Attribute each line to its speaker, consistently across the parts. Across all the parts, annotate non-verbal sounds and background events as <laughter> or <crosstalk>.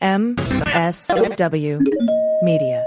Speaker 1: MSW Media.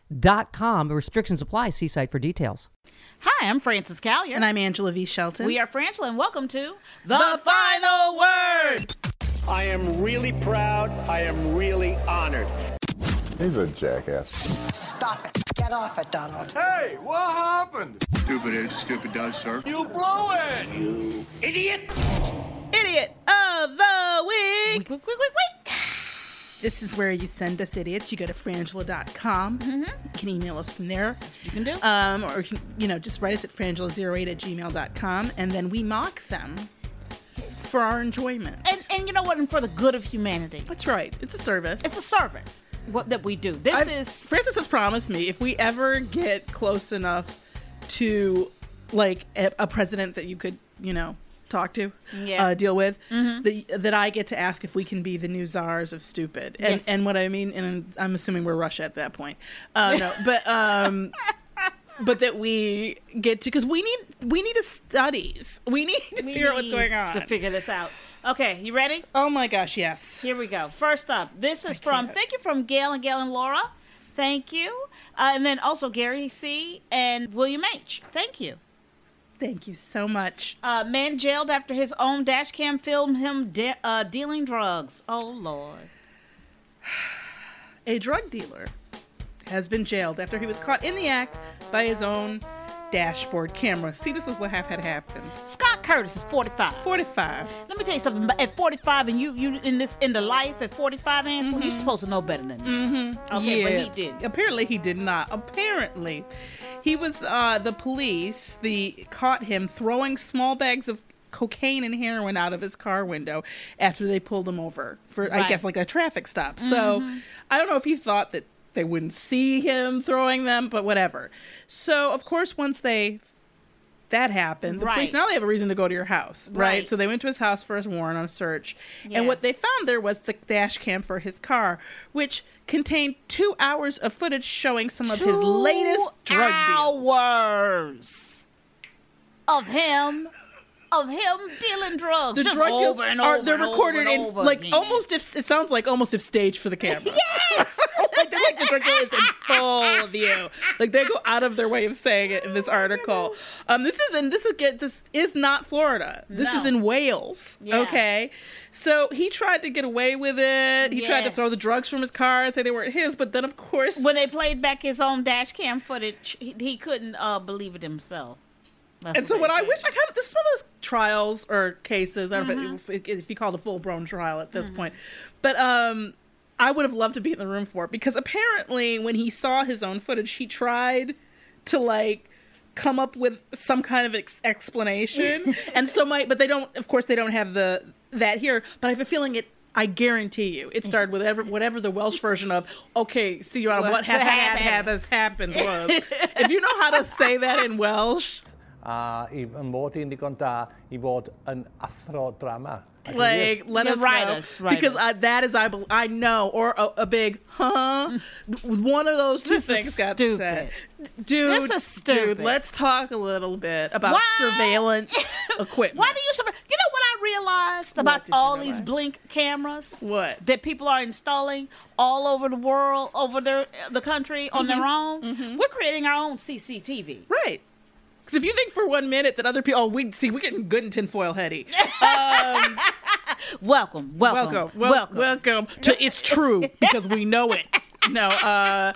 Speaker 2: tomboyx.com. Restrictions apply. See site for details.
Speaker 3: Hi, I'm Frances Callier.
Speaker 4: And I'm Angela V. Shelton.
Speaker 3: we are Frangela, and welcome to
Speaker 4: the, final word.
Speaker 5: I am really proud. I am really honored.
Speaker 6: He's a jackass.
Speaker 7: Stop it. Get off it, Donald.
Speaker 5: Hey, what happened?
Speaker 8: Stupid is, stupid does, sir.
Speaker 5: You blew it! You idiot!
Speaker 3: Idiot of the Week.
Speaker 4: Wait, wait, wait, wait. This is where you send us idiots. You go to frangela.com. Mm-hmm. You can email us from there.
Speaker 3: You can do.
Speaker 4: Um, or, you can- you know, just write us at frangela08 at gmail.com. And then we mock them for our enjoyment.
Speaker 3: and and you know what? And for the good of humanity,
Speaker 4: That's right. It's a service.
Speaker 3: it's a service what that we do. This
Speaker 4: I-
Speaker 3: is
Speaker 4: Francis has promised me if we ever get close enough to like a, a president that you could, you know, talk to,
Speaker 3: Yeah. Mm-hmm.
Speaker 4: uh, deal with, that, that I get to ask if we can be the new czars of stupid. And,
Speaker 3: Yes.
Speaker 4: and what I mean, and I'm assuming we're Russia at that point. Uh, no, but
Speaker 3: <laughs>
Speaker 4: um, but that we get to because we need we need to studies. We need to figure out what's going
Speaker 3: to
Speaker 4: on.
Speaker 3: figure this out. Okay, you ready?
Speaker 4: oh my gosh, yes.
Speaker 3: Here we go. First up, this is from thank you from Gail and Gail and Laura. Thank you, uh, and then also Gary C and William H. Thank you.
Speaker 4: Thank you so much. Um,
Speaker 3: Uh, man jailed after his own dash cam filmed him de- uh, dealing drugs. Oh lord.
Speaker 4: a drug dealer has been jailed after he was caught in the act by his own dashboard camera. See, this is what half had happened.
Speaker 3: Scott Curtis is 45.
Speaker 4: 45.
Speaker 3: Let me tell you something. but At 45, and you you in this in the life at 45, Angela, you're supposed to know better than that. Mm-hmm. Okay, but he did.
Speaker 4: Apparently, he did not. Apparently, he was uh, the police. The caught him throwing small bags of cocaine and heroin out of his car window after they pulled him over for, I
Speaker 3: Right. Mm-hmm.
Speaker 4: guess, like a traffic stop. So I don't know if he thought that they wouldn't see him throwing them, but whatever. So of course, once they that happened, the
Speaker 3: Right.
Speaker 4: police now they have a reason to go to your house, right?
Speaker 3: Right.
Speaker 4: So they went to his house for his warrant on search,
Speaker 3: Yeah.
Speaker 4: and what they found there was the dash cam for his car, which contained two hours of footage showing some of his latest
Speaker 3: Two
Speaker 4: drug deals.
Speaker 3: hours of him of him dealing drugs.
Speaker 4: The
Speaker 3: Oh, just
Speaker 4: drug
Speaker 3: over
Speaker 4: deals
Speaker 3: and over.
Speaker 4: are
Speaker 3: and
Speaker 4: they're
Speaker 3: over
Speaker 4: recorded
Speaker 3: and
Speaker 4: in
Speaker 3: over
Speaker 4: like
Speaker 3: again. <laughs>
Speaker 4: almost if it sounds <laughs> like almost if staged for the camera. yes, like they're like the article is in full view. Like they go out of their way of saying it in
Speaker 3: <laughs>
Speaker 4: this article. Um, this is in this is get this is not Florida. This is
Speaker 3: No.
Speaker 4: in Wales.
Speaker 3: Yeah.
Speaker 4: Okay, so he tried to get away with it. He tried
Speaker 3: Yeah.
Speaker 4: to throw the drugs from his car and say they weren't his, but then of course
Speaker 3: When they played back his own dash cam footage, he, he couldn't uh, believe it himself. That's
Speaker 4: and so
Speaker 3: what
Speaker 4: what
Speaker 3: they
Speaker 4: I
Speaker 3: said.
Speaker 4: wish I kind of this is one of those trials or cases, I don't know if,
Speaker 3: Mhm.
Speaker 4: it, if you call it a full blown trial at this point, but um, I would have loved to be in the room for it because apparently when he saw his own footage, he tried to like come up with some kind of ex- explanation, and so my but they don't, of course, they don't have the that here, but I have a feeling it. I guarantee you, it started with whatever, whatever the Welsh version of "Okay, see you on what,
Speaker 3: What-
Speaker 4: what happened,
Speaker 3: what
Speaker 4: happens, happens was." if you know how to say that in Welsh,
Speaker 9: a Ah, i yn mod i'n digon da i fod yn athro drama. Ac yn wir.
Speaker 4: Like, let
Speaker 3: Yeah,
Speaker 4: us
Speaker 3: write
Speaker 4: know.
Speaker 3: us, uh, write
Speaker 4: because I, that is, I bel- I know, or a, a big, huh? One of those two
Speaker 3: This is
Speaker 4: things got
Speaker 3: stupid.
Speaker 4: said. Dude,
Speaker 3: This is
Speaker 4: dude,
Speaker 3: stupid.
Speaker 4: let's talk a little bit about
Speaker 3: Why? <laughs>
Speaker 4: surveillance equipment.
Speaker 3: Why do you survive? You know what I realized about all these blink cameras?
Speaker 4: What?
Speaker 3: That people are installing all over the world, over their, the country, on
Speaker 4: Mm-hmm.
Speaker 3: their own. We're creating our own CCTV.
Speaker 4: Right. Because if you think for one minute that other people, oh, we see, we're getting good and
Speaker 3: <laughs>
Speaker 4: tinfoil heady. Um,
Speaker 3: welcome, welcome,
Speaker 4: welcome, welcome, welcome to it's true because we know it. No, uh,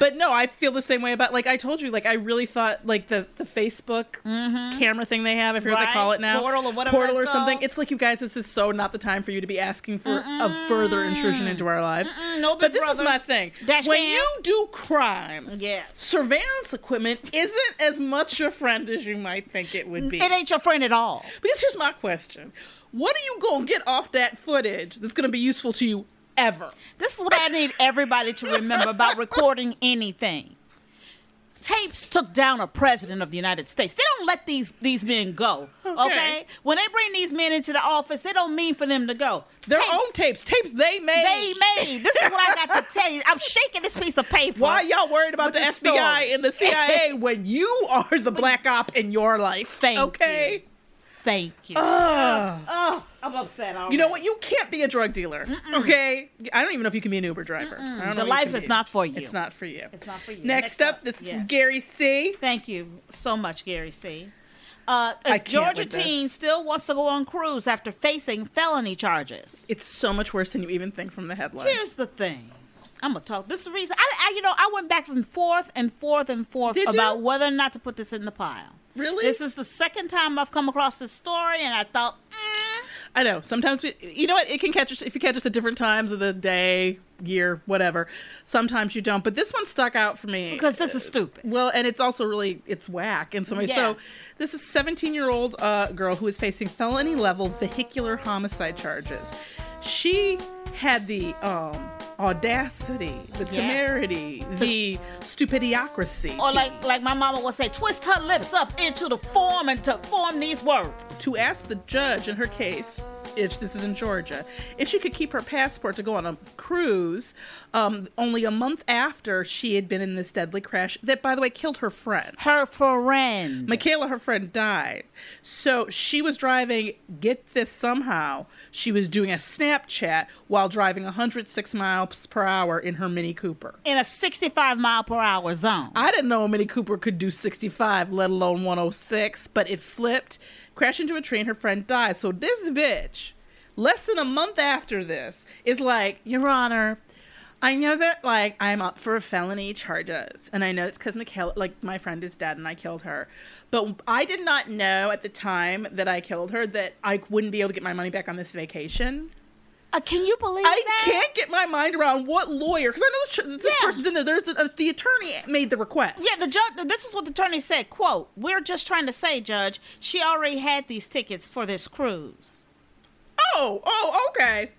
Speaker 4: but no, I feel the same way about like I told you, like I really thought like the the Facebook camera thing they have, I forget what
Speaker 3: Mm-hmm.
Speaker 4: they
Speaker 3: Right.
Speaker 4: call it now,
Speaker 3: Portal or whatever
Speaker 4: portal or
Speaker 3: it's
Speaker 4: something.
Speaker 3: called.
Speaker 4: It's like you guys, this is so not the time for you to be asking for a further intrusion into our lives.
Speaker 3: no,
Speaker 4: but
Speaker 3: Big
Speaker 4: this is
Speaker 3: Brother.
Speaker 4: my thing.
Speaker 3: Dash
Speaker 4: when
Speaker 3: cam.
Speaker 4: you do crimes,
Speaker 3: Yes.
Speaker 4: surveillance equipment isn't as much your friend as you might think it would be.
Speaker 3: It ain't your friend at all.
Speaker 4: Because here's my question: What are you gonna get off that footage that's gonna be useful to you ever?
Speaker 3: This is what I need everybody to remember about recording anything. Tapes took down a president of the United States. They don't let these these men go. Okay.
Speaker 4: Okay.
Speaker 3: When they bring these men into the office, they don't mean for them to go.
Speaker 4: Their own tapes, tapes they made.
Speaker 3: They made. This is what I got to tell you. I'm shaking this piece of paper.
Speaker 4: Why y'all worried
Speaker 3: With
Speaker 4: about the
Speaker 3: the
Speaker 4: FBI
Speaker 3: story.
Speaker 4: and the
Speaker 3: <laughs>
Speaker 4: CIA when you are the black op in your life?
Speaker 3: Thank
Speaker 4: okay? you.
Speaker 3: Thank you.
Speaker 4: Uh. Ugh.
Speaker 3: Oh, I'm upset. already.
Speaker 4: You know what? You can't be a drug dealer. Okay? I don't even know if you can be an Uber driver. I don't know
Speaker 3: The
Speaker 4: what you
Speaker 3: life
Speaker 4: can
Speaker 3: is
Speaker 4: be.
Speaker 3: not for you.
Speaker 4: It's not for you.
Speaker 3: It's not for you.
Speaker 4: Next, up, this is
Speaker 3: yes.
Speaker 4: Gary C.
Speaker 3: Thank you so much, Gary C. Uh, a
Speaker 4: I can't
Speaker 3: Georgia
Speaker 4: with this.
Speaker 3: teen still wants to go on cruise after facing felony charges.
Speaker 4: It's so much worse than you even think from the headline.
Speaker 3: Here's the thing. I'm gonna talk. This is the reason. I, I, you know, I went back and forth and forth and forth
Speaker 4: Did you?
Speaker 3: about whether or not to put this in the pile.
Speaker 4: Really?
Speaker 3: This is the second time I've come across this story, and I thought, "Mm,
Speaker 4: I know. Sometimes we, you know what? It can catch us if you catch us at different times of the day, year, whatever. Sometimes you don't, but this one stuck out for me
Speaker 3: Because this is stupid.
Speaker 4: Well, and it's also really it's whack in some ways.
Speaker 3: Yeah.
Speaker 4: So this is 17 year old uh, girl who is facing felony level vehicular homicide charges. She had the um, audacity, the
Speaker 3: Yeah.
Speaker 4: temerity, the stupidiocracy.
Speaker 3: or
Speaker 4: to-
Speaker 3: like, like my mama would say, twist her lips up into the form and to form these words.
Speaker 4: to ask the judge in her case if this is in Georgia, if she could keep her passport to go on a cruise, um, only a month after she had been in this deadly crash that, by the way, killed her friend.
Speaker 3: Her friend.
Speaker 4: Michaela, her friend, died. So she was driving, get this somehow, she was doing a Snapchat while driving 106 miles per hour in her Mini Cooper.
Speaker 3: in a 65 mile per hour zone.
Speaker 4: I didn't know a Mini Cooper could do 65, let alone 106, but it flipped, crashed into a tree, and her friend died. So this bitch, less than a month after this, is like, Your Honor, I know that like I'm up for felony charges, and I know it's because Michaela, like my friend is dead, and I killed her. But I did not know at the time that I killed her that I wouldn't be able to get my money back on this vacation.
Speaker 3: Uh, can you believe
Speaker 4: I
Speaker 3: that?
Speaker 4: can't get my mind around what lawyer, because I know this, ch- this
Speaker 3: Yeah.
Speaker 4: person's in there. There's the, the attorney made the request.
Speaker 3: Yeah, the judge. This is what the attorney said. "Quote: We're just trying to say, Judge, she already had these tickets for this cruise.
Speaker 4: Oh, oh, okay.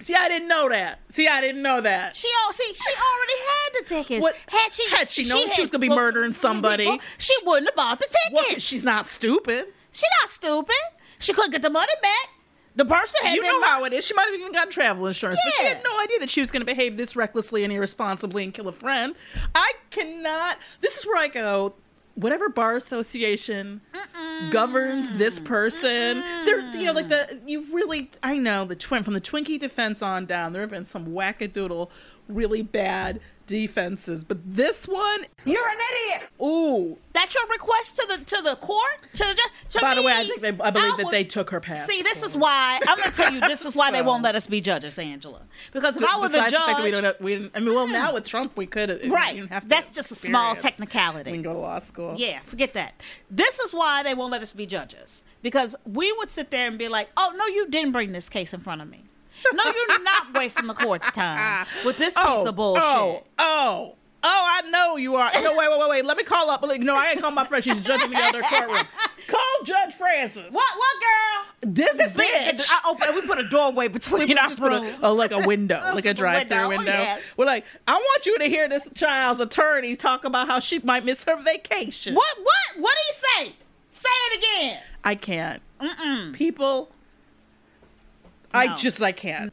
Speaker 4: See, I didn't know that. See, I didn't know that.
Speaker 3: She al- see, she already had the tickets.
Speaker 4: What-
Speaker 3: had she
Speaker 4: had she known she was gonna be murdering somebody,
Speaker 3: well, she wouldn't have bought the tickets.
Speaker 4: Well, she's not stupid.
Speaker 3: She not stupid. She couldn't get the money back. The person had
Speaker 4: You
Speaker 3: been
Speaker 4: know how it is. She might have even gotten travel insurance, but she
Speaker 3: Yeah.
Speaker 4: had no idea that she was going to behave this recklessly and irresponsibly and kill a friend. I cannot. This is where I go. Whatever bar association governs this person, they're you know like the you really I know the twin from the Twinkie defense on down. There have been some wackadoodle really bad defenses, but this one,
Speaker 3: You're an idiot.
Speaker 4: ooh.
Speaker 3: That's your request to the to the court? To the ju- to
Speaker 4: By the way, I
Speaker 3: me?
Speaker 4: think they, I believe that
Speaker 3: would-
Speaker 4: they took her past.
Speaker 3: See, this is why I'm gonna tell you. This is why they won't let us be judges, Angela. Because if I was a
Speaker 4: Besides the fact that we
Speaker 3: judge,
Speaker 4: don't. Have, we didn't, I mean, well, now with Trump, we could. We
Speaker 3: Right.
Speaker 4: didn't have to
Speaker 3: That's just a small
Speaker 4: experience.
Speaker 3: technicality.
Speaker 4: We can go to law school.
Speaker 3: Yeah, forget that. This is why they won't let us be judges because we would sit there and be like, "Oh no, you didn't bring this case in front of me. No, you're
Speaker 4: <laughs>
Speaker 3: not wasting the court's time with this piece
Speaker 4: Oh,
Speaker 3: of bullshit."
Speaker 4: Oh, oh, oh! I know you are. No, wait, wait, wait, wait. Let me call up. No, I ain't call my friend. She's judging the other
Speaker 3: <laughs>
Speaker 4: courtroom. Call Judge Francis. What,
Speaker 3: what, girl?
Speaker 4: This is
Speaker 3: big.
Speaker 4: bitch.
Speaker 3: I open, we put a doorway between our
Speaker 4: put a-
Speaker 3: rooms.
Speaker 4: oh, like
Speaker 3: <laughs>
Speaker 4: a window,
Speaker 3: Oh,
Speaker 4: like
Speaker 3: just
Speaker 4: a drive-through
Speaker 3: window,
Speaker 4: window.
Speaker 3: yes.
Speaker 4: We're like, I want you to hear this child's attorney talk about how she might miss her vacation.
Speaker 3: What? What? What do you say? Say it again.
Speaker 4: I can't.
Speaker 3: Mm-mm.
Speaker 4: People, I
Speaker 3: No.
Speaker 4: just I can't.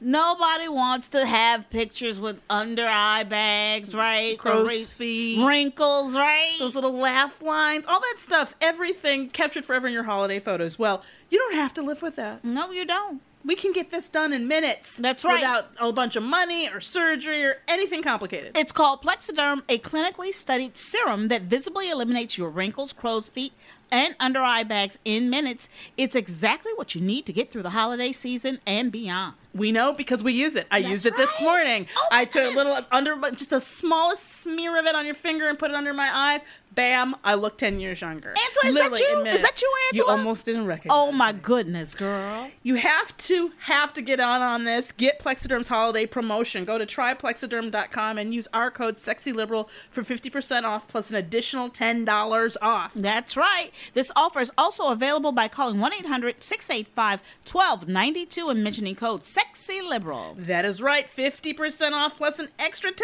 Speaker 3: Nobody wants to have pictures with under eye bags, right?
Speaker 4: Crow's
Speaker 3: Wrin-
Speaker 4: feet.
Speaker 3: wrinkles, right?
Speaker 4: Those little laugh lines, all that stuff, everything captured forever in your holiday photos. Well, you don't have to live with that.
Speaker 3: No, you don't.
Speaker 4: We can get this done in minutes. That's
Speaker 3: right.
Speaker 4: Without a bunch of money or surgery or anything complicated.
Speaker 3: It's called Plexiderm, a clinically studied serum that visibly eliminates your wrinkles, crow's feet, and under eye bags in minutes. It's exactly what you need to get through the holiday season and beyond.
Speaker 4: We know because we use it. I used it this morning.
Speaker 3: Oh
Speaker 4: I took a little under, but just the smallest smear of it on your finger and put it under my eyes. Bam! I look ten years younger.
Speaker 3: Angela, is that
Speaker 4: Literally in
Speaker 3: you? Is
Speaker 4: minutes.
Speaker 3: that you,
Speaker 4: You
Speaker 3: Angela?
Speaker 4: almost didn't recognize.
Speaker 3: Oh my goodness, girl.
Speaker 4: You have to have to get on on this. Get Plexiderm's holiday promotion. Go to tryplexiderm.com and use our code SEXYLIBERAL for 50% off plus an additional $10 off.
Speaker 3: That's right. This offer is also available by calling 1 800 685 1292 and mentioning code Sexy Liberal.
Speaker 4: That is right. 50% off plus an extra $10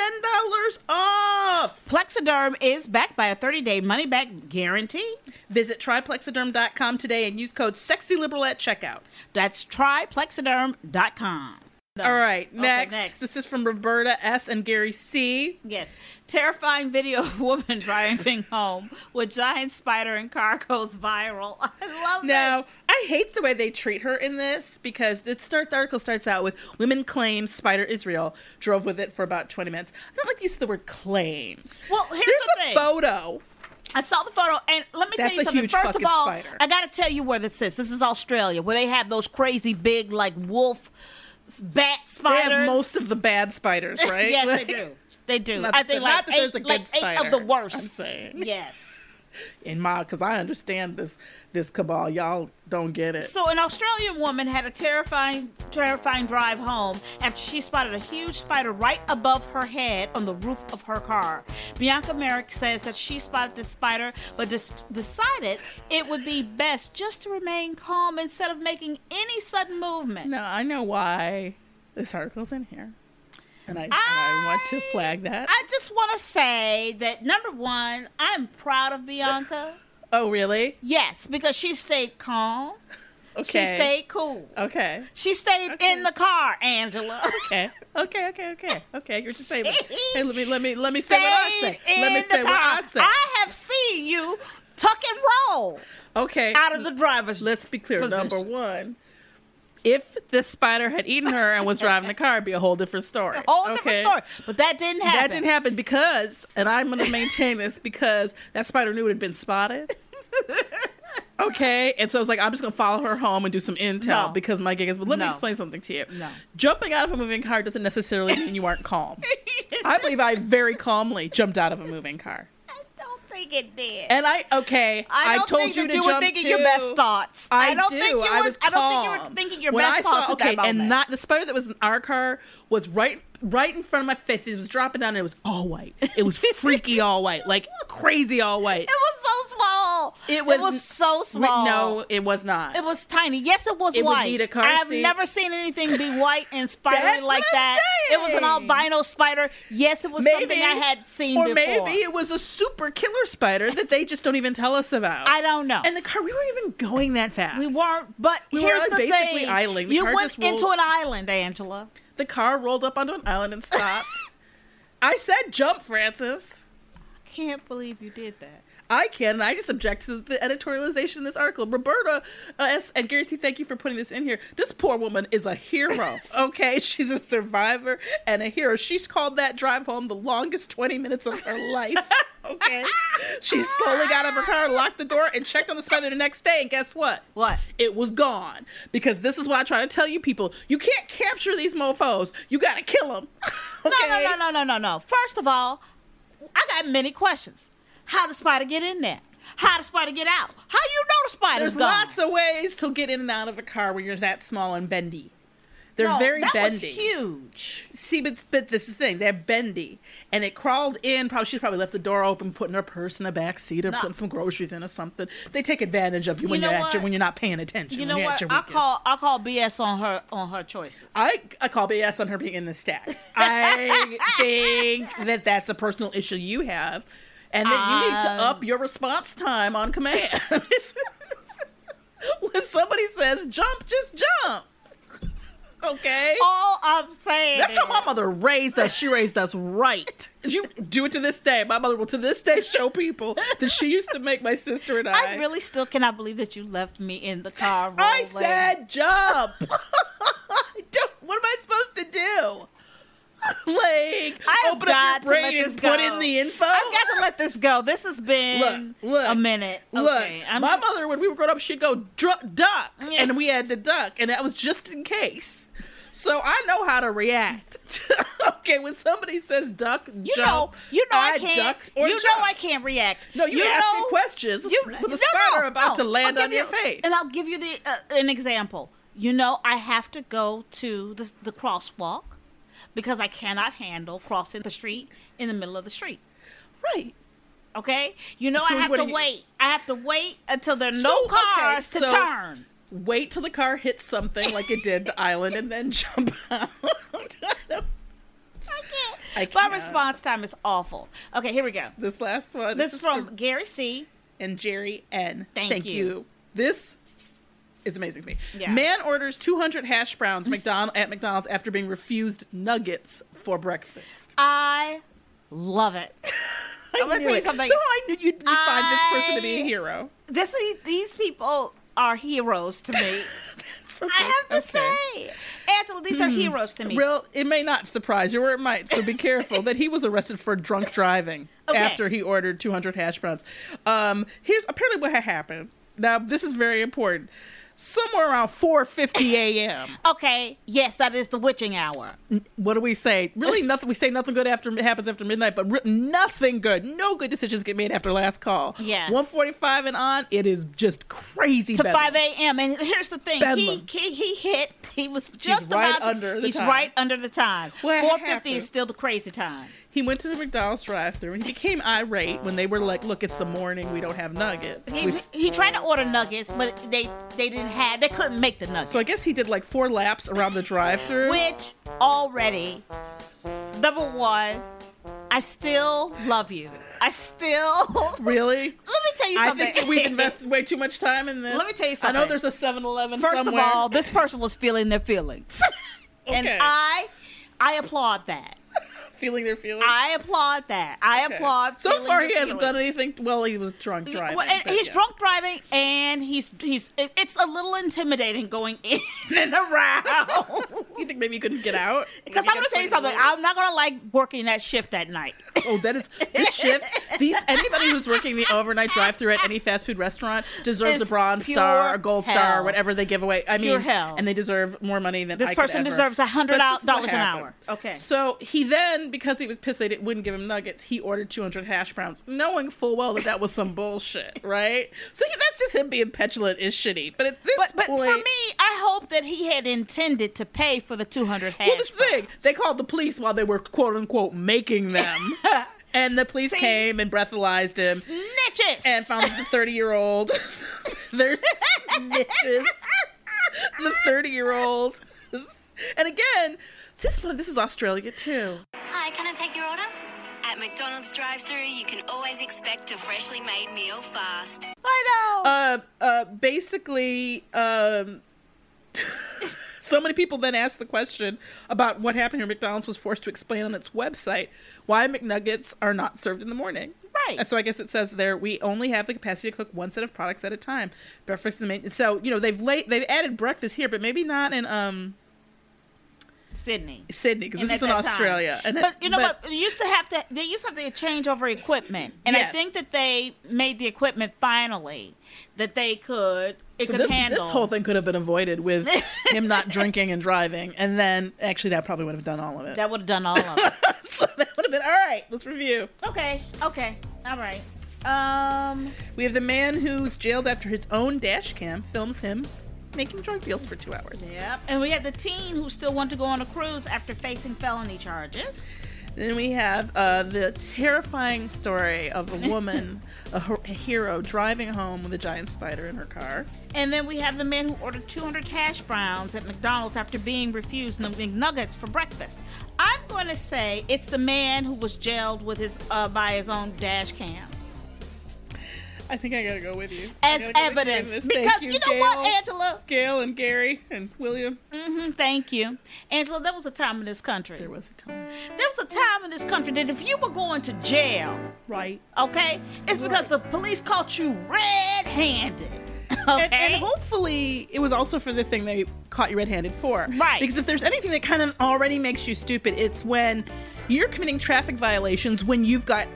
Speaker 4: off.
Speaker 3: Plexiderm is backed by a 30 day money back guarantee.
Speaker 4: Visit tryplexiderm.com today and use code SEXYLIBERAL at checkout.
Speaker 3: That's tryplexiderm.com.
Speaker 4: All right, next.
Speaker 3: next.
Speaker 4: This is from Roberta S. and Gary C.
Speaker 3: Yes. Terrifying video of woman <laughs> driving home with giant spider in car goes viral. <laughs> I love
Speaker 4: Now, I hate the way they treat her in this because it start, the article starts out with women claims spider is real, drove with it for about 20 minutes. I don't like the use of the word claims.
Speaker 3: Well, here's
Speaker 4: There's
Speaker 3: the
Speaker 4: a
Speaker 3: thing.
Speaker 4: photo.
Speaker 3: I saw the photo, and let me tell
Speaker 4: That's
Speaker 3: you
Speaker 4: a
Speaker 3: something.
Speaker 4: huge
Speaker 3: First of
Speaker 4: fucking
Speaker 3: all,
Speaker 4: spider.
Speaker 3: I gotta tell you where this is. This is Australia, where they have those crazy big, like wolf s- bat spiders.
Speaker 4: They have most of the
Speaker 3: <laughs>
Speaker 4: bad spiders, right?
Speaker 3: yes,
Speaker 4: Like,
Speaker 3: they do. They do.
Speaker 4: Not
Speaker 3: I
Speaker 4: that-
Speaker 3: think
Speaker 4: not
Speaker 3: like,
Speaker 4: that there's
Speaker 3: eight,
Speaker 4: a good
Speaker 3: like eight of
Speaker 4: spider,
Speaker 3: the worst.
Speaker 4: I'm saying.
Speaker 3: Yes.
Speaker 4: In my, because I understand this this cabal. Y'all don't get it.
Speaker 3: So an Australian woman had a terrifying, terrifying drive home after she spotted a huge spider right above her head on the roof of her car. Bianca Merrick says that she spotted this spider, but des- decided it would be best just to remain calm instead of making any sudden movement.
Speaker 4: no, I know why this article's in here, and I, and I want to flag that.
Speaker 3: I just want to say that number one, I'm proud of
Speaker 4: <laughs>
Speaker 3: Bianca.
Speaker 4: oh, really?
Speaker 3: Yes, because she stayed calm.
Speaker 4: Okay.
Speaker 3: She stayed cool.
Speaker 4: Okay.
Speaker 3: She stayed in the car, Angela. <laughs>
Speaker 4: Okay. Okay. Okay. Okay. Okay. You're just saying. Hey, let me let me let me say what I
Speaker 3: Stayed
Speaker 4: say. Let me
Speaker 3: in the
Speaker 4: say what I
Speaker 3: car.
Speaker 4: say.
Speaker 3: I have seen you tuck and roll
Speaker 4: Okay.
Speaker 3: out of the driver's.
Speaker 4: Let's be clear.
Speaker 3: position.
Speaker 4: Number one, if this spider had eaten her and was driving the car, it'd be a whole different story.
Speaker 3: Whole different
Speaker 4: okay?
Speaker 3: story, but that didn't happen.
Speaker 4: That didn't happen because, and I'm going to maintain this because that spider knew it had
Speaker 3: <laughs>
Speaker 4: been spotted. Okay, and so I was like, I'm just gonna follow her home and do some intel
Speaker 3: No.
Speaker 4: because my gig is. But let me
Speaker 3: No.
Speaker 4: explain something to you.
Speaker 3: No.
Speaker 4: Jumping out of a moving car doesn't necessarily mean you aren't
Speaker 3: <laughs>
Speaker 4: calm. I believe I very calmly jumped out of a moving car,
Speaker 3: I don't think it did.
Speaker 4: and I okay.
Speaker 3: I don't
Speaker 4: told
Speaker 3: think
Speaker 4: you
Speaker 3: that
Speaker 4: to
Speaker 3: you were
Speaker 4: jump
Speaker 3: thinking your
Speaker 4: too.
Speaker 3: best thoughts.
Speaker 4: I,
Speaker 3: don't
Speaker 4: do.
Speaker 3: think you was,
Speaker 4: I was.
Speaker 3: I
Speaker 4: Calm.
Speaker 3: don't think you were thinking your
Speaker 4: when
Speaker 3: best
Speaker 4: I saw,
Speaker 3: thoughts at
Speaker 4: okay,
Speaker 3: that moment.
Speaker 4: and not the spider that was in our car was right, right in front of my face. It was dropping down, and it was all white. It was
Speaker 3: <laughs>
Speaker 4: freaky, all white, like crazy, all white.
Speaker 3: It was so small. it was so
Speaker 4: we-
Speaker 3: small.
Speaker 4: No, it was not.
Speaker 3: It was tiny. Yes, it was
Speaker 4: It would
Speaker 3: white.
Speaker 4: need a car
Speaker 3: I've
Speaker 4: seat.
Speaker 3: never seen anything be white and
Speaker 4: <laughs>
Speaker 3: spidery
Speaker 4: That's
Speaker 3: like
Speaker 4: what I'm
Speaker 3: that. It was an
Speaker 4: saying.
Speaker 3: albino spider. Yes, it was something I had seen
Speaker 4: or
Speaker 3: before.
Speaker 4: maybe it was a super killer spider that they just don't even tell us about.
Speaker 3: I don't know.
Speaker 4: And the car, we weren't even going that fast.
Speaker 3: we weren't. But
Speaker 4: We were
Speaker 3: here's
Speaker 4: on
Speaker 3: the
Speaker 4: basically
Speaker 3: thing:
Speaker 4: island. The
Speaker 3: you
Speaker 4: car
Speaker 3: went
Speaker 4: just rolled-
Speaker 3: into an island, Angela.
Speaker 4: The car rolled up onto an island
Speaker 3: <laughs>
Speaker 4: and stopped. I said, "Jump, Francis."
Speaker 3: <laughs> Can't believe you did that.
Speaker 4: I can, and I just object to the editorialization of this article. Roberta uh, S. and Gary C. Thank you for putting this in here. This poor woman is a hero.
Speaker 3: <laughs>
Speaker 4: Okay, she's a survivor and a hero. She's called that drive home the longest twenty minutes of her
Speaker 3: <laughs>
Speaker 4: life. Okay, she slowly got out of her car, locked the door, and checked on the weather the next day. And guess what? What? It was gone. Because this is why I try to tell you people: you can't capture these mofo's. You gotta kill them.
Speaker 3: No, no, no, no, no, no, no. First of all, I got many questions. How the spider get in there? How the spider get out? How you know the spider's
Speaker 4: There's
Speaker 3: gone?
Speaker 4: lots of ways to get in and out of a car when you're that small and bendy. They're
Speaker 3: No,
Speaker 4: very
Speaker 3: that was
Speaker 4: bendy.
Speaker 3: huge.
Speaker 4: See, but but this is the thing. They're bendy, and it crawled in. Probably she probably left the door open, putting her purse in the back seat, or
Speaker 3: No.
Speaker 4: putting some groceries in, or something. They take advantage of you
Speaker 3: You
Speaker 4: when
Speaker 3: know
Speaker 4: you're at your,
Speaker 3: what?
Speaker 4: when you're not paying attention.
Speaker 3: You
Speaker 4: when
Speaker 3: know
Speaker 4: you're
Speaker 3: what?
Speaker 4: at your
Speaker 3: I
Speaker 4: weakest.
Speaker 3: call I call BS on her on her choices.
Speaker 4: I, I call BS on her being in the stack. I think that that's a personal issue you have, and that you need to
Speaker 3: Um.
Speaker 4: up your response time on commands. <laughs> when somebody says jump, just jump. Okay.
Speaker 3: All I'm saying.
Speaker 4: That's how my mother raised us. She raised us right. And you do it to this day. My mother will to this day show people that she used to make my sister and I.
Speaker 3: I really still cannot believe that you left me in the car.
Speaker 4: I
Speaker 3: rolling.
Speaker 4: said jump. <laughs> I don't, what am I supposed to do? <laughs> like
Speaker 3: I have
Speaker 4: open
Speaker 3: got
Speaker 4: up
Speaker 3: to
Speaker 4: your
Speaker 3: let
Speaker 4: brain
Speaker 3: this
Speaker 4: and
Speaker 3: go.
Speaker 4: put in the info.
Speaker 3: I've got to let this go. This has been
Speaker 4: Look, look,
Speaker 3: a minute.
Speaker 4: Look,
Speaker 3: Okay, I'm
Speaker 4: my
Speaker 3: just-
Speaker 4: mother when we were growing up, she'd go "Dru- duck, and we had to duck, and that was just in case. So I know how to react. <laughs> okay, when somebody says duck,
Speaker 3: You
Speaker 4: jump,
Speaker 3: know, you know I,
Speaker 4: I
Speaker 3: can't.
Speaker 4: duck or
Speaker 3: you
Speaker 4: jump.
Speaker 3: know I can't react.
Speaker 4: No, you, ask me
Speaker 3: know-
Speaker 4: questions
Speaker 3: you-
Speaker 4: with
Speaker 3: no,
Speaker 4: a spider
Speaker 3: no,
Speaker 4: about
Speaker 3: no.
Speaker 4: to land
Speaker 3: I'll
Speaker 4: on
Speaker 3: give
Speaker 4: your
Speaker 3: you-
Speaker 4: face.
Speaker 3: And I'll give you the uh, an example. You know, I have to go to the, the crosswalk because I cannot handle crossing the street in the middle of the street.
Speaker 4: Right.
Speaker 3: Okay. You know,
Speaker 4: So
Speaker 3: I have
Speaker 4: what
Speaker 3: to
Speaker 4: do you-
Speaker 3: wait. I have to wait until there are
Speaker 4: So,
Speaker 3: no
Speaker 4: okay,
Speaker 3: cars to
Speaker 4: so
Speaker 3: turn.
Speaker 4: Wait till the car hits something like it did the island, and then <laughs> jump out. I can't.
Speaker 3: My response time is awful. Okay, here we go.
Speaker 4: This last one.
Speaker 3: This is from Gary C.
Speaker 4: and Jerry N.
Speaker 3: Thank
Speaker 4: Thank
Speaker 3: you.
Speaker 4: you. This is amazing to me.
Speaker 3: Yeah.
Speaker 4: Man orders 200 hash browns McDonald at McDonald's after being refused nuggets for breakfast.
Speaker 3: I love it. I'm gonna
Speaker 4: knew
Speaker 3: tell you
Speaker 4: it.
Speaker 3: something.
Speaker 4: Somehow I knew you'd, you'd find this person to be a
Speaker 3: I-
Speaker 4: hero.
Speaker 3: This these people are heroes to me. <laughs> I have to say, Angela, these are heroes to me.
Speaker 4: Real, it may not surprise you, or it might.
Speaker 3: <laughs>
Speaker 4: So be careful that he was arrested for drunk driving
Speaker 3: Okay.
Speaker 4: after he ordered 200 hash browns. Um, here's apparently what had happened. Now this is very important. Somewhere around 4:50 a.m.
Speaker 3: Okay, yes, that is the witching hour.
Speaker 4: what do we say? Really, nothing. We say nothing good after happens after midnight, but re- nothing good. No good decisions get made after last call.
Speaker 3: Yeah.
Speaker 4: 1:45 and on, it is just crazy.
Speaker 3: to
Speaker 4: bedlam.
Speaker 3: 5 a.m. And here's the thing: he,
Speaker 4: Bedlam.
Speaker 3: he he hit. He was just
Speaker 4: right
Speaker 3: about. to-
Speaker 4: under the
Speaker 3: he's
Speaker 4: time.
Speaker 3: right under the time.
Speaker 4: What
Speaker 3: 4:50
Speaker 4: happened?
Speaker 3: is still the crazy time.
Speaker 4: He went to the McDonald's drive-thru and he became irate when they were like, "Look, it's the morning. We don't have nuggets."
Speaker 3: He,
Speaker 4: We've-
Speaker 3: he tried to order nuggets, but they they didn't have. They couldn't make the nuggets.
Speaker 4: So I guess he did like four laps around the drive-through.
Speaker 3: Which already, number one, I still love you. I still. <laughs>
Speaker 4: Really?
Speaker 3: Let me tell you
Speaker 4: I
Speaker 3: something.
Speaker 4: think that we've invested way too much time in this.
Speaker 3: Let me tell you
Speaker 4: I
Speaker 3: something.
Speaker 4: know there's a 7-Eleven
Speaker 3: <laughs> First
Speaker 4: somewhere.
Speaker 3: of all,
Speaker 4: <laughs>
Speaker 3: this person was feeling their feelings, and
Speaker 4: Okay.
Speaker 3: I, I applaud that.
Speaker 4: feeling their feelings.
Speaker 3: I applaud that. I
Speaker 4: Okay.
Speaker 3: applaud.
Speaker 4: So
Speaker 3: feeling
Speaker 4: far,
Speaker 3: their
Speaker 4: he hasn't done
Speaker 3: feelings.
Speaker 4: anything. Well, he was drunk driving.
Speaker 3: Well, and
Speaker 4: but
Speaker 3: he's
Speaker 4: yeah.
Speaker 3: drunk driving, and he's he's. it- It's a little intimidating going in <laughs> and
Speaker 4: <laughs>
Speaker 3: around.
Speaker 4: You think maybe you couldn't
Speaker 3: <laughs>
Speaker 4: get out?
Speaker 3: Because I'm gonna tell you something. I'm not gonna like working that shift that night.
Speaker 4: Oh, that is this shift. These anybody who's working the overnight drive-through at any fast food restaurant deserves
Speaker 3: It's
Speaker 4: a bronze
Speaker 3: pure
Speaker 4: star, a gold star,
Speaker 3: hell.
Speaker 4: or whatever they give away. I
Speaker 3: Pure
Speaker 4: mean,
Speaker 3: hell.
Speaker 4: and they deserve more money than
Speaker 3: This
Speaker 4: I could
Speaker 3: person
Speaker 4: ever.
Speaker 3: deserves a hundred
Speaker 4: This is what
Speaker 3: dollars an
Speaker 4: happened.
Speaker 3: hour. Okay.
Speaker 4: So he then, because he was pissed they didn't, wouldn't give him nuggets, he ordered 200 hash browns, knowing full well that that was some bullshit, <laughs> right? So he, that's just him being petulant is shitty. But at this
Speaker 3: But but
Speaker 4: point,
Speaker 3: for me, I hope that he had intended to pay for the 200 hash.
Speaker 4: well, this is the thing they called the police while they were quote unquote
Speaker 3: <laughs>
Speaker 4: making them, and the police came and breathalyzed him
Speaker 3: Snitches.
Speaker 4: and found the 30 year old. <laughs> There's <laughs> snitches. The 30 year old, and again, this one this is Australia too.
Speaker 10: Hi, can I take your order? At McDonald's drive thru, you can always expect a freshly made meal fast.
Speaker 3: <laughs> I know.
Speaker 4: uh, uh, basically, um, <laughs> So many people then asked the question about what happened here. McDonald's was forced to explain on its website why McNuggets are not served in the morning.
Speaker 3: Right.
Speaker 4: So I guess it says there we only have the capacity to cook one set of products at a time. Breakfast and main. So you know they've late they've added breakfast here, but maybe not in um
Speaker 3: Sydney.
Speaker 4: Sydney because
Speaker 3: And
Speaker 4: this is
Speaker 3: at
Speaker 4: in
Speaker 3: that time.
Speaker 4: Australia. And it-
Speaker 3: but you know what? They used to have to. They used to have to change over equipment, and I
Speaker 4: Yes.
Speaker 3: think that they made the equipment finally that they could it
Speaker 4: so
Speaker 3: could
Speaker 4: this,
Speaker 3: handle
Speaker 4: this whole thing could have been
Speaker 3: <laughs>
Speaker 4: avoided with him not drinking and driving, and then actually that probably would have done all of it. <laughs>
Speaker 3: That would have done all of it.
Speaker 4: that would have been all right. Let's review.
Speaker 3: Okay. Okay. All right. Um.
Speaker 4: We have the man who's jailed after his own dash cam films him making drug deals for two hours.
Speaker 3: Yep. And we had the teen who still wanted to go on a cruise after facing felony charges.
Speaker 4: Then we have uh, the terrifying story of
Speaker 3: <laughs>
Speaker 4: a woman, a, her- a hero, driving home with a giant spider in her car.
Speaker 3: And then we have the man who ordered 200 hash browns at McDonald's after being refused the McNuggets for breakfast. I'm going to say it's the man who was jailed with his uh, by his own dash cam
Speaker 4: I think I gotta go with you. I
Speaker 3: as
Speaker 4: gotta go with you in
Speaker 3: evidence
Speaker 4: this. Thank
Speaker 3: because you, know what,
Speaker 4: Gail.
Speaker 3: Angela,
Speaker 4: Gail, and Gary and William.
Speaker 3: hmm thank you, Angela. There was a time in this country. There
Speaker 4: was a time.
Speaker 3: There was a time in this country that if you were going to jail,
Speaker 4: right?
Speaker 3: Okay, it's because the police caught you red-handed. <laughs>
Speaker 4: And, and hopefully, it was also for the thing they caught you red handed for.
Speaker 3: Right.
Speaker 4: Because if there's anything that kind of already makes you stupid, it's when you're committing traffic violations when you've got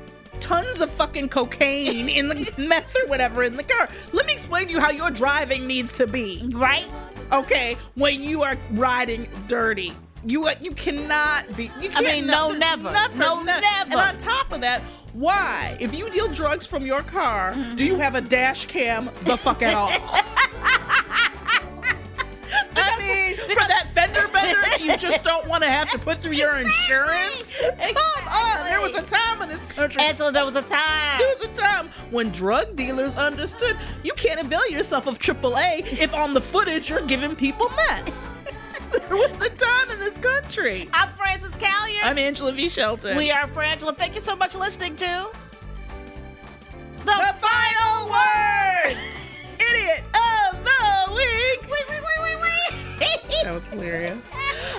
Speaker 4: tons of fucking cocaine in the <laughs> meth or whatever in the car. Let me explain to you how your driving needs to be.
Speaker 3: Right?
Speaker 4: Okay, when you are riding dirty. You, uh, you cannot be. You
Speaker 3: I
Speaker 4: can't,
Speaker 3: mean, no, never. No, never.
Speaker 4: And on top of that, why, if you deal drugs from your car, do you have a dash cam the fuck
Speaker 3: <laughs>
Speaker 4: at all? I
Speaker 3: <laughs>
Speaker 4: mean, for that fender bender that you just don't want to have to put through your insurance. Come on, there was a time in this country.
Speaker 3: Angela, there was a time.
Speaker 4: There was a time when drug dealers understood you can't avail yourself of AAA if on the footage you're giving people meth. <laughs> there was a time in this country.
Speaker 3: I'm Francis Callier.
Speaker 4: I'm Angela V. Shelton.
Speaker 3: We are Frangela. Thank you so much for listening to The,
Speaker 4: Final Word Idiot of the Week.
Speaker 3: Wait, wait, wait, wait, wait.
Speaker 4: That was hilarious.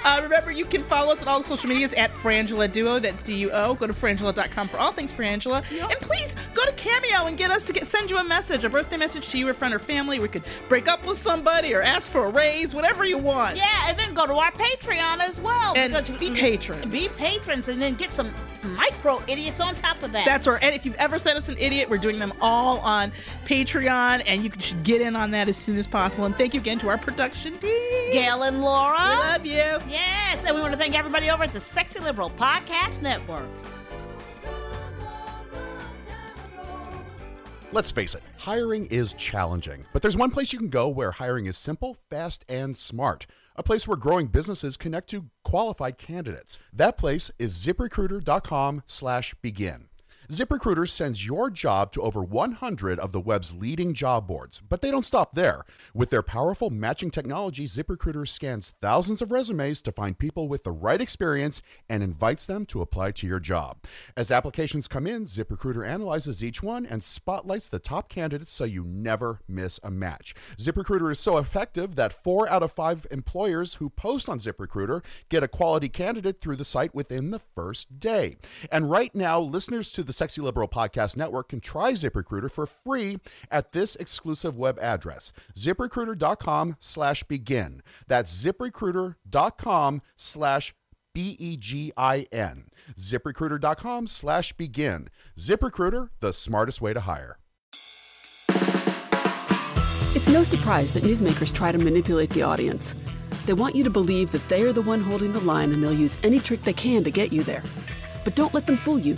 Speaker 4: Uh, remember, you can follow us on all the social medias at Frangela Duo. That's D U O. Go to frangela.com for all things Frangela. And please go to Cameo and get us to get send you a message, a birthday message to you or friend or family. We could break up with somebody or ask for a raise, whatever you want.
Speaker 3: <laughs> Yeah, and then go to our Patreon as well.
Speaker 4: And
Speaker 3: because
Speaker 4: be patrons.
Speaker 3: Be patrons and then get some micro idiots on top of that.
Speaker 4: That's our. And if you've ever sent us an idiot, we're doing them all on Patreon, and you should get in on that as soon as possible. And thank you again to our production team,
Speaker 3: Gail and Laura.
Speaker 4: We love you.
Speaker 3: Yes, and we want to thank everybody over at the Sexy Liberal Podcast Network.
Speaker 11: Let's face it, hiring is challenging, but there's one place you can go where hiring is simple, fast, and smart. A place where growing businesses connect to qualified candidates. That place is ziprecruiter.com/begin. ZipRecruiter sends your job to over 100 of the web's leading job boards, but they don't stop there. With their powerful matching technology, ZipRecruiter scans thousands of resumes to find people with the right experience and invites them to apply to your job. As applications come in, ZipRecruiter analyzes each one and spotlights the top candidates so you never miss a match. ZipRecruiter is so effective that four out of five employers who post on ZipRecruiter get a quality candidate through the site within the first day. And right now, listeners to the Sexy Liberal Podcast Network can try ZipRecruiter for free at this exclusive web address, ziprecruiter.com slash begin. That's ziprecruiter.com slash B E G I N. ZipRecruiter.com slash begin. ZipRecruiter, the smartest way to hire.
Speaker 12: It's no surprise that newsmakers try to manipulate the audience. They want you to believe that they are the one holding the line and they'll use any trick they can to get you there. But don't let them fool you.